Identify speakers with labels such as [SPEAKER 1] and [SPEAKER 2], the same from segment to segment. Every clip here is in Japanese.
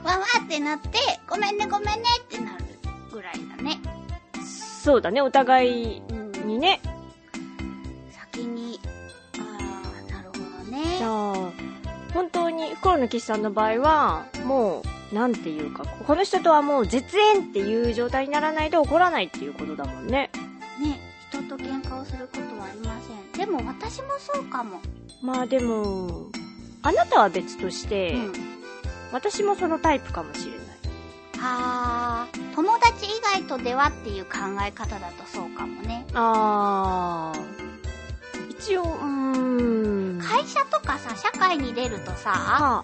[SPEAKER 1] わわってなって、ごめんねごめんねってなるぐらいだね。
[SPEAKER 2] そうだね。お互いにね。
[SPEAKER 1] 先に、あー、なるほど
[SPEAKER 2] じ
[SPEAKER 1] ね。
[SPEAKER 2] ゃあ、本当に、コロの騎士さんの場合は、もう、なんていうか、この人とはもう絶縁っていう状態にならないと怒らないっていうことだもんね。
[SPEAKER 1] ね、人と喧嘩をすることはありません。でも私もそうかも。
[SPEAKER 2] まあでも、あなたは別として、
[SPEAKER 1] うん。
[SPEAKER 2] 私もそのタイプかもしれない。
[SPEAKER 1] あー、友達以外とではっていう考え方だとそうかもね。
[SPEAKER 2] あー。一応、うーん。
[SPEAKER 1] 会社とかさ、社会に出るとさ、
[SPEAKER 2] あ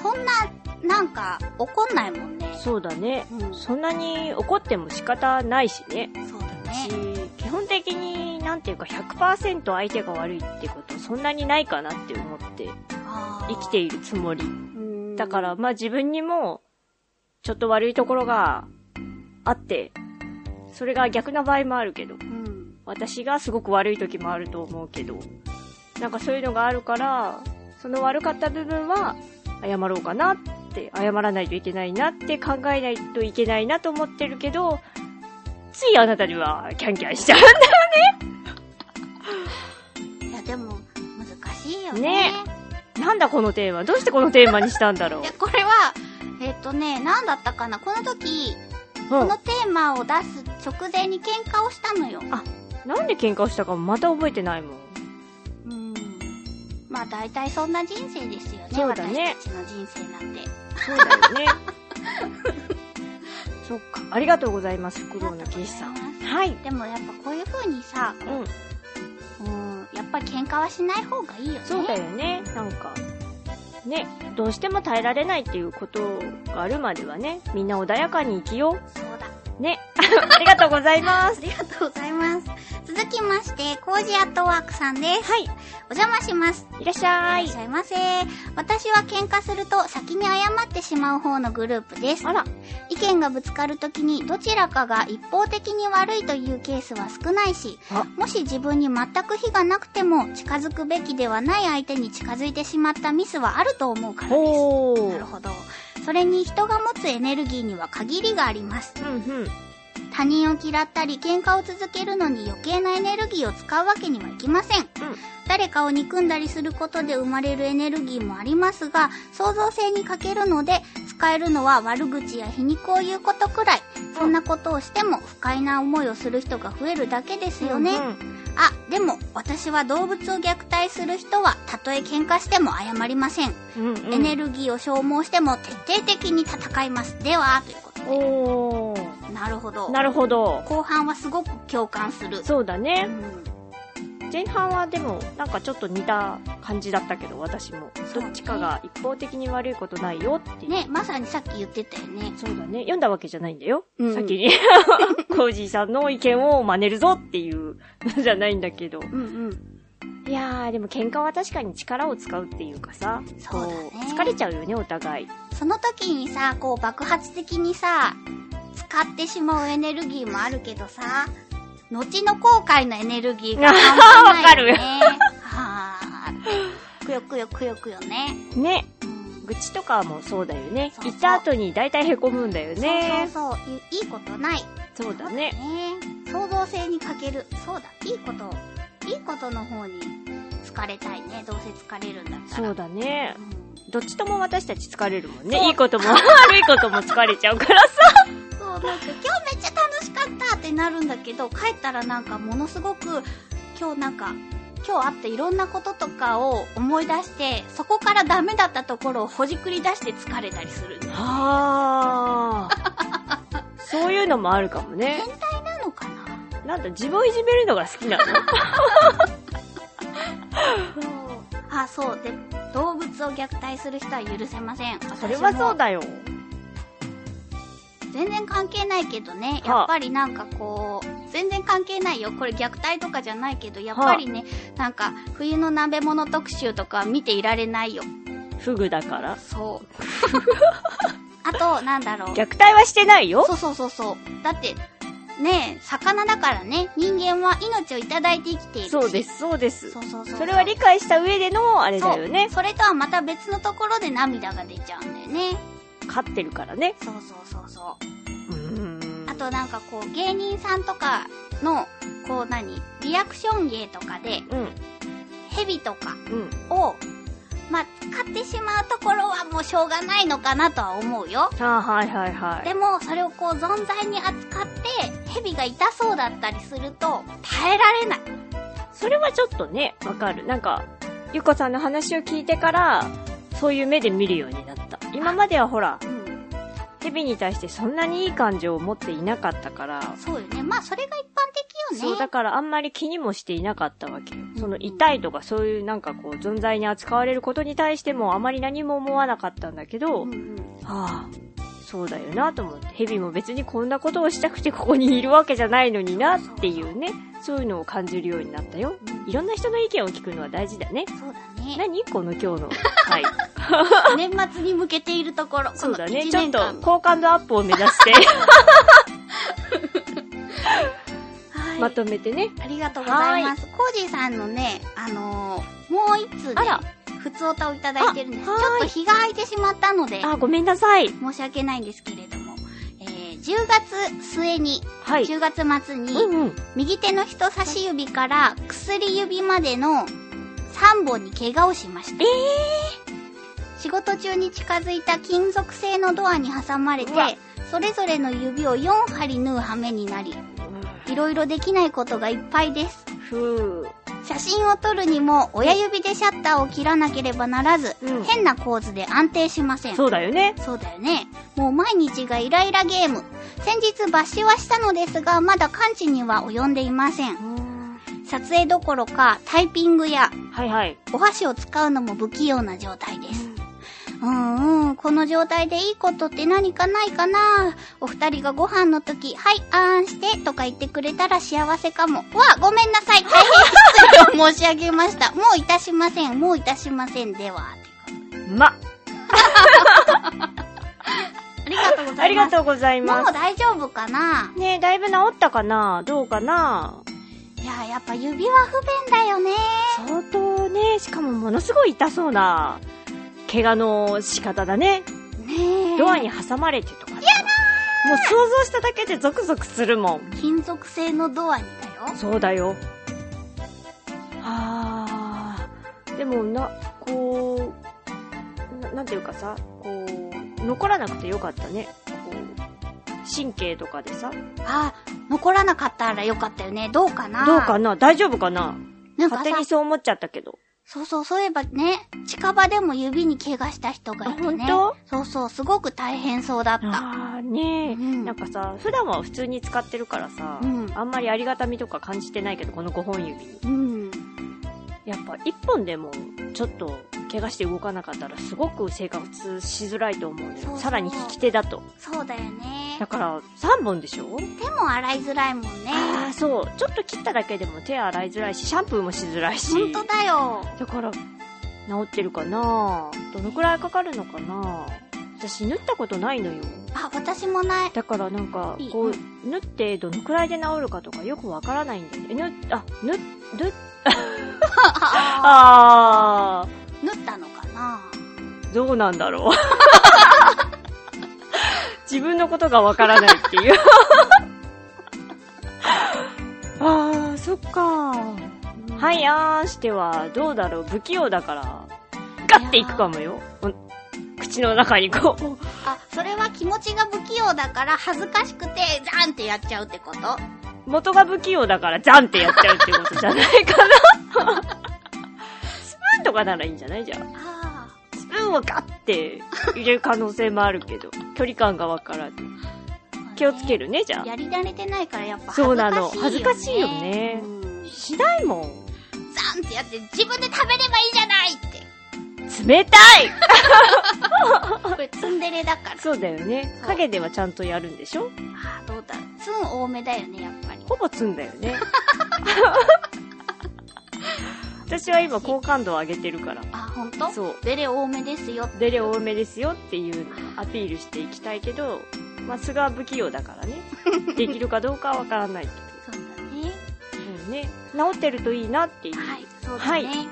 [SPEAKER 1] そんな、なんか、怒んないもんね。
[SPEAKER 2] そうだね。
[SPEAKER 1] うん、そ
[SPEAKER 2] そんなに怒っても仕方ないしね。
[SPEAKER 1] うだ
[SPEAKER 2] し
[SPEAKER 1] ね。
[SPEAKER 2] 基本的になんていうか100%相手が悪いってことそんなにないかなって思って
[SPEAKER 1] あー
[SPEAKER 2] 生きているつもり。
[SPEAKER 1] うん
[SPEAKER 2] だから、まあ自分にも、ちょっと悪いところがあって、それが逆な場合もあるけど、
[SPEAKER 1] うん
[SPEAKER 2] 私がすごく悪い時もあると思うけど、なんかそういうのがあるから、その悪かった部分は謝ろうかなって、謝らないといけないなって考えないといけないなと思ってるけど、ついあなたにはキャンキャンしちゃ
[SPEAKER 1] いやでも難しいよね
[SPEAKER 2] ねう。 なんだこのテーマ。どうしてこのテーマにしたんだろう
[SPEAKER 1] で。これはえっ、とね何だったかなこの時
[SPEAKER 2] う
[SPEAKER 1] こ
[SPEAKER 2] ん
[SPEAKER 1] のテーマを出す直前に喧嘩をしたのよ
[SPEAKER 2] あなんで喧嘩をしたかもまた覚えてないもん。
[SPEAKER 1] うんまあ大体そんな人生ですよね
[SPEAKER 2] そうだね
[SPEAKER 1] 私たちの人生なんて
[SPEAKER 2] そうだ よね。そっか。ありがとうございます、
[SPEAKER 1] あり
[SPEAKER 2] 福
[SPEAKER 1] がと
[SPEAKER 2] 堂
[SPEAKER 1] うご
[SPEAKER 2] の
[SPEAKER 1] ざいま
[SPEAKER 2] 刑事
[SPEAKER 1] す
[SPEAKER 2] さん。はい。
[SPEAKER 1] でもやっぱこういう風にさ、う
[SPEAKER 2] うん。
[SPEAKER 1] ん、やっぱり喧嘩はしない方がいいよね
[SPEAKER 2] そうだよね。なんか、ね、どうしても耐えられないっていうことがあるまではね、みんな穏やかに生きよ
[SPEAKER 1] そうだ
[SPEAKER 2] う。ね。 ありがとうございま
[SPEAKER 1] あ
[SPEAKER 2] す。
[SPEAKER 1] りがとうございます続きましてコージアットワークさんです
[SPEAKER 2] はい。
[SPEAKER 1] お邪魔します
[SPEAKER 2] いらっしゃ
[SPEAKER 1] い
[SPEAKER 2] い
[SPEAKER 1] らっ。しゃいませ。私は喧嘩すると先に謝ってしまう方のグループです。
[SPEAKER 2] あら、
[SPEAKER 1] 意見がぶつかるときにどちらかが一方的に悪いというケースは少ないし
[SPEAKER 2] あ、
[SPEAKER 1] もし自分に全く非がなくても近づくべきではない相手に近づいてしまったミスはあると思うからです。
[SPEAKER 2] お
[SPEAKER 1] なる
[SPEAKER 2] ー。
[SPEAKER 1] ほど。それに人が持つエネルギーには限りがあります。
[SPEAKER 2] うんうん。
[SPEAKER 1] 他人を嫌ったり喧嘩を続けるのに余計なエネルギーを使うわけにはいきません、誰かを憎んだりすることで生まれるエネルギーもありますが創造性に欠けるので使えるのは悪口や皮肉を言うことくらいそんなことをしても不快な思いをする人が増えるだけですよね、
[SPEAKER 2] うんうん
[SPEAKER 1] あでも私は動物を虐待する人はたとえ喧嘩しても謝りません、
[SPEAKER 2] うんうん
[SPEAKER 1] エネルギーを消耗しても徹底的に戦いますではということ
[SPEAKER 2] おー。
[SPEAKER 1] なるほど
[SPEAKER 2] なるほど。
[SPEAKER 1] 後半はすごく共感する。
[SPEAKER 2] そうだ
[SPEAKER 1] う
[SPEAKER 2] ね。
[SPEAKER 1] ん
[SPEAKER 2] 前半はでも、なんかちょっと似た感じだったけど、私も。
[SPEAKER 1] そう
[SPEAKER 2] どっちかが一方的に悪いことないよっていう。
[SPEAKER 1] ね、まさにさっき言ってたよね。
[SPEAKER 2] そうだね。読んだわけじゃないんだよ。
[SPEAKER 1] うん
[SPEAKER 2] 先に。 コージーさんの意見を真似るぞっていう のじゃないんだけど。
[SPEAKER 1] うんうん。
[SPEAKER 2] いやー、でも喧嘩は確かに力を使うっていうかさ。
[SPEAKER 1] そうだね
[SPEAKER 2] こ疲れちゃうよね、お互い。
[SPEAKER 1] その時にさ、こう爆発的にさ、使ってしまうエネルギーもあるけどさ、後の後悔のエネルギーが半端ないよね。はぁ。くよくよくよくよね。
[SPEAKER 2] ね。
[SPEAKER 1] うん
[SPEAKER 2] 愚痴とかもそうだよね。
[SPEAKER 1] そうそう
[SPEAKER 2] 言った後に大体凹むんだよね。
[SPEAKER 1] そうそうそうい。いいことない。
[SPEAKER 2] そうだ
[SPEAKER 1] ね
[SPEAKER 2] ね。
[SPEAKER 1] 創造性に欠ける。そうだ。いいこと。いいことの方に疲れたいね。どうせ疲れるんだったら。
[SPEAKER 2] そうだね。
[SPEAKER 1] うん
[SPEAKER 2] どっちとも私たち疲れるもんね。
[SPEAKER 1] そう
[SPEAKER 2] いいことも 悪いことも疲れちゃうからさ。
[SPEAKER 1] そうなんか今日めっちゃ楽しかったってなるんだけど帰ったらなんかものすごく今日なんか今日あったいろんなこととかを思い出してそこからダメだったところをほじくり出して疲れたりするの
[SPEAKER 2] はー。そういうのもあるかもね。
[SPEAKER 1] なのかな
[SPEAKER 2] なんだ、自分をいじめるのが好きなの
[SPEAKER 1] あそうで動物を虐待する人は許せません
[SPEAKER 2] それはそう
[SPEAKER 1] だ
[SPEAKER 2] だよ。
[SPEAKER 1] 全然関係ないけどね
[SPEAKER 2] はあ
[SPEAKER 1] やっぱりなんかこう全然関係ないよこれ虐待とかじゃないけどやっぱりねなんか冬の鍋物特集とかは見ていられないよ
[SPEAKER 2] フグだから。
[SPEAKER 1] そう。 あと、なんだろう。
[SPEAKER 2] 虐待はしてないよ。
[SPEAKER 1] そうそうそうそう。だって、ねえ、魚だからね、人間は命をいただいて生きているし。
[SPEAKER 2] そうで。す、そうです。
[SPEAKER 1] そうそうそう。
[SPEAKER 2] それは理解した上での、あれだよね
[SPEAKER 1] そう。それとはまた別のところで涙が出ちゃうんだよね。
[SPEAKER 2] 飼ってるからね。
[SPEAKER 1] そうそうそうそう
[SPEAKER 2] ーん
[SPEAKER 1] う。あとなんかこう、芸人さんとかの、こう何、リアクション芸とかで、
[SPEAKER 2] うん、
[SPEAKER 1] 蛇とか
[SPEAKER 2] うん。
[SPEAKER 1] を、まあ、使ってしまうところはもうしょうがないのかなとは思うよ。
[SPEAKER 2] あはいはいはい。
[SPEAKER 1] でもそれをこう存在に扱って蛇が痛そうだったりすると耐えられない
[SPEAKER 2] それはちょっとね、わかる。なんか、ゆこさんの話を聞いてから、そういう目で見るようになった。今まではほら、
[SPEAKER 1] うん
[SPEAKER 2] 蛇に対してそんなにいい感情を持っていなかったから、
[SPEAKER 1] そうよねまあそれが一般的よ
[SPEAKER 2] そう
[SPEAKER 1] ね
[SPEAKER 2] だからあんまり気にもしていなかったわけよ。その
[SPEAKER 1] うん
[SPEAKER 2] 痛いとかそういうなんかこう存在に扱われることに対してもあまり何も思わなかったんだけど、
[SPEAKER 1] うん
[SPEAKER 2] はあ、そうだよなと思って、蛇も別にこんなことをしたくてここにいるわけじゃないのになっていうね、そういうのを感じるようになったよ。いろんな人の意見を聞くのは大事だね。
[SPEAKER 1] そうだね。
[SPEAKER 2] 何この今日の回。
[SPEAKER 1] 年末に向けているところ。
[SPEAKER 2] そうだね。
[SPEAKER 1] こ
[SPEAKER 2] ち
[SPEAKER 1] の
[SPEAKER 2] ょ
[SPEAKER 1] 一年
[SPEAKER 2] っと
[SPEAKER 1] 間
[SPEAKER 2] 好感度アップを目指 して、
[SPEAKER 1] はい
[SPEAKER 2] まとめてね。
[SPEAKER 1] ありがとうございます。コージーさんのね、あのーもう一通で
[SPEAKER 2] あら、
[SPEAKER 1] 普通歌をいただいてるんです。ち
[SPEAKER 2] あ
[SPEAKER 1] ょ
[SPEAKER 2] は
[SPEAKER 1] っ
[SPEAKER 2] ーい
[SPEAKER 1] と日が空いてしまったので、
[SPEAKER 2] あ、ごめんなさい。
[SPEAKER 1] 申し訳ないんですけれども、えー10月末に、
[SPEAKER 2] はい。
[SPEAKER 1] 10月末に、
[SPEAKER 2] うんうん。
[SPEAKER 1] 右手の人差し指から薬指までの3本に怪我をしました。
[SPEAKER 2] え
[SPEAKER 1] 仕事中に近づいた金属製のドアに挟まれて
[SPEAKER 2] うわ、
[SPEAKER 1] それぞれの指を4針縫う羽目になり、いろいろできないことがいっぱいです。
[SPEAKER 2] ふう。
[SPEAKER 1] 写真を撮るにも親指でシャッターを切らなければならず、
[SPEAKER 2] うん
[SPEAKER 1] 変な構図で安定しません。
[SPEAKER 2] そうだよね。
[SPEAKER 1] そうだよね。もう毎日がイライラゲーム。先日抜歯はしたのですが、まだ完治には及んでいません。撮影どころか、タイピングや
[SPEAKER 2] はいはい。
[SPEAKER 1] お箸を使うのも不器用な状態です。うんうん、この状態でいいことって何かないかなお二人がご飯の時、はい、あーんして、とか言ってくれたら幸せかも。うわ、ごめんなさい。大変失礼を申し上げました。もういたしません。もういたしません。では。
[SPEAKER 2] ま、
[SPEAKER 1] ありがとうございます。
[SPEAKER 2] ありがとうござい
[SPEAKER 1] も
[SPEAKER 2] ま
[SPEAKER 1] う大丈夫かな
[SPEAKER 2] す。ねえ、だいぶ治ったかなどうかない
[SPEAKER 1] やー、やっぱ指は不便だよね。
[SPEAKER 2] 相当ね、しかもものすごい痛そうな、怪我の仕方だね。
[SPEAKER 1] ねえ。
[SPEAKER 2] ドアに挟まれてとか。もう想像しただけでゾクゾクするもん。
[SPEAKER 1] 金属製のドアにだよ。
[SPEAKER 2] そうだよ。あー。でもな、こう、ななんていうかさ、こう、残らなくてよかったね。こう、神経とかでさ。
[SPEAKER 1] あー、残らなかったらよかったよね。どうかな
[SPEAKER 2] どうかな大丈夫かな
[SPEAKER 1] なんか
[SPEAKER 2] 勝手
[SPEAKER 1] さ
[SPEAKER 2] に、そう思っちゃったけど。
[SPEAKER 1] そうそう、そういえばね、近場でも指に怪我した人がいてね。
[SPEAKER 2] あ本
[SPEAKER 1] そうそう、すごく大変そうだった。
[SPEAKER 2] ああ、ねえ、
[SPEAKER 1] うん
[SPEAKER 2] なんかさ、普段は普通に使ってるからさ、
[SPEAKER 1] うん
[SPEAKER 2] あんまりありがたみとか感じてないけど、この5本指に。
[SPEAKER 1] うん。
[SPEAKER 2] やっぱ1本でも、ちょっと、怪我して動かなかったら、すごく生活しづらいと思うのよ。
[SPEAKER 1] そうそう
[SPEAKER 2] さらに引き手だと。
[SPEAKER 1] そうだよね
[SPEAKER 2] だ。から、3本でしょ
[SPEAKER 1] 手も洗いづらいもんね。
[SPEAKER 2] ああ、そう。ちょっと切っただけでも手洗いづらいし、シャンプーもしづらいし。
[SPEAKER 1] ほんとだよ。
[SPEAKER 2] だから、治ってるかなどのくらいかかるのかな私、縫ったことないのよ。
[SPEAKER 1] あ、私もない。
[SPEAKER 2] だからなんか
[SPEAKER 1] いい、
[SPEAKER 2] こ
[SPEAKER 1] う
[SPEAKER 2] う、縫ってどのくらいで治るかとかよくわからないんだよね。縫っ、あ、縫っ、縫っ、
[SPEAKER 1] あ
[SPEAKER 2] あ
[SPEAKER 1] ー縫ったのかな。
[SPEAKER 2] ー、どうなんだろう。 自分のことがわからないっていう。あー、そっかはいい、あーしては、どうだろう。不器用だから、ガッていくかもよ。お口の中にこう。
[SPEAKER 1] あ、それは気持ちが不器用だから恥ずかしくて、ザーンってやっちゃうってこと
[SPEAKER 2] 元が不器用だから、ザンってやっちゃうってことじゃないかな。スプーンとかならいいんじゃないじゃあ。
[SPEAKER 1] あ
[SPEAKER 2] スプーンをガッて入れる可能性もあるけど、距離感がわからん。
[SPEAKER 1] あ
[SPEAKER 2] 気をつけ
[SPEAKER 1] る。
[SPEAKER 2] るね、じゃあ。
[SPEAKER 1] やり慣れてないからやっぱ恥ずかしいよね。
[SPEAKER 2] そうなの恥ずかしいよね
[SPEAKER 1] うん
[SPEAKER 2] しないもん。
[SPEAKER 1] ザーンってやって自分で食べればいいじゃないって。
[SPEAKER 2] 冷たい
[SPEAKER 1] これツンデレだから。
[SPEAKER 2] そうだよね
[SPEAKER 1] そ。う
[SPEAKER 2] 影ではちゃんとやるんでしょ
[SPEAKER 1] あーどうだろう。ツン多めだよね、やっぱり。
[SPEAKER 2] ほぼ積んだよ ね。私は今好感度を上げてるから。
[SPEAKER 1] あ、ほんと
[SPEAKER 2] そう。
[SPEAKER 1] デレ多めですよ。
[SPEAKER 2] 出れ多めですよっていうのをアピールしていきたいけど、まあ、菅は不器用だからね。 できるかどうかはわからないけ
[SPEAKER 1] そうだね。
[SPEAKER 2] ど。うんね。治ってるといいなっていう。
[SPEAKER 1] はい、そうだ
[SPEAKER 2] は
[SPEAKER 1] ね。
[SPEAKER 2] い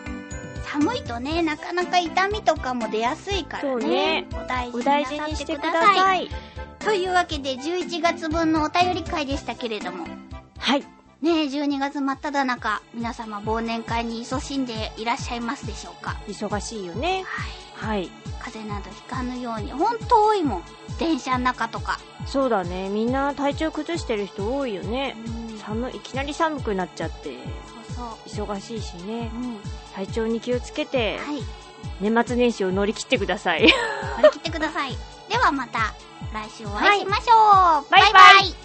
[SPEAKER 1] 寒いとね、なかなか痛みとかも出やすいから
[SPEAKER 2] そう
[SPEAKER 1] ね
[SPEAKER 2] ね。
[SPEAKER 1] お大事
[SPEAKER 2] お
[SPEAKER 1] にな
[SPEAKER 2] 大事
[SPEAKER 1] さ
[SPEAKER 2] に
[SPEAKER 1] っ
[SPEAKER 2] してて
[SPEAKER 1] く
[SPEAKER 2] く
[SPEAKER 1] だ
[SPEAKER 2] だ
[SPEAKER 1] さい。
[SPEAKER 2] さい。
[SPEAKER 1] というわけで、11月分のお便り会でしたけれども、
[SPEAKER 2] はい。
[SPEAKER 1] ねえ、12月真っ只中、皆様忘年会に勤しんでいらっしゃいますでしょうか。
[SPEAKER 2] 忙しいよね。
[SPEAKER 1] はい。
[SPEAKER 2] はい。
[SPEAKER 1] 風邪などひかぬように、ほんと多いもん。電車の中とか。
[SPEAKER 2] そうだね。みんな体調崩してる人多いよね。
[SPEAKER 1] うんそう
[SPEAKER 2] 寒い、いきなり寒くなっちゃって、
[SPEAKER 1] そ
[SPEAKER 2] 忙しいしね
[SPEAKER 1] う。。うん。
[SPEAKER 2] 体調に気をつけて、
[SPEAKER 1] はい。
[SPEAKER 2] 年末年始を乗り切ってください。
[SPEAKER 1] 張り切ってください。ではまた来週お会いしましょう。
[SPEAKER 2] はい
[SPEAKER 1] バイバイ。
[SPEAKER 2] バイバイ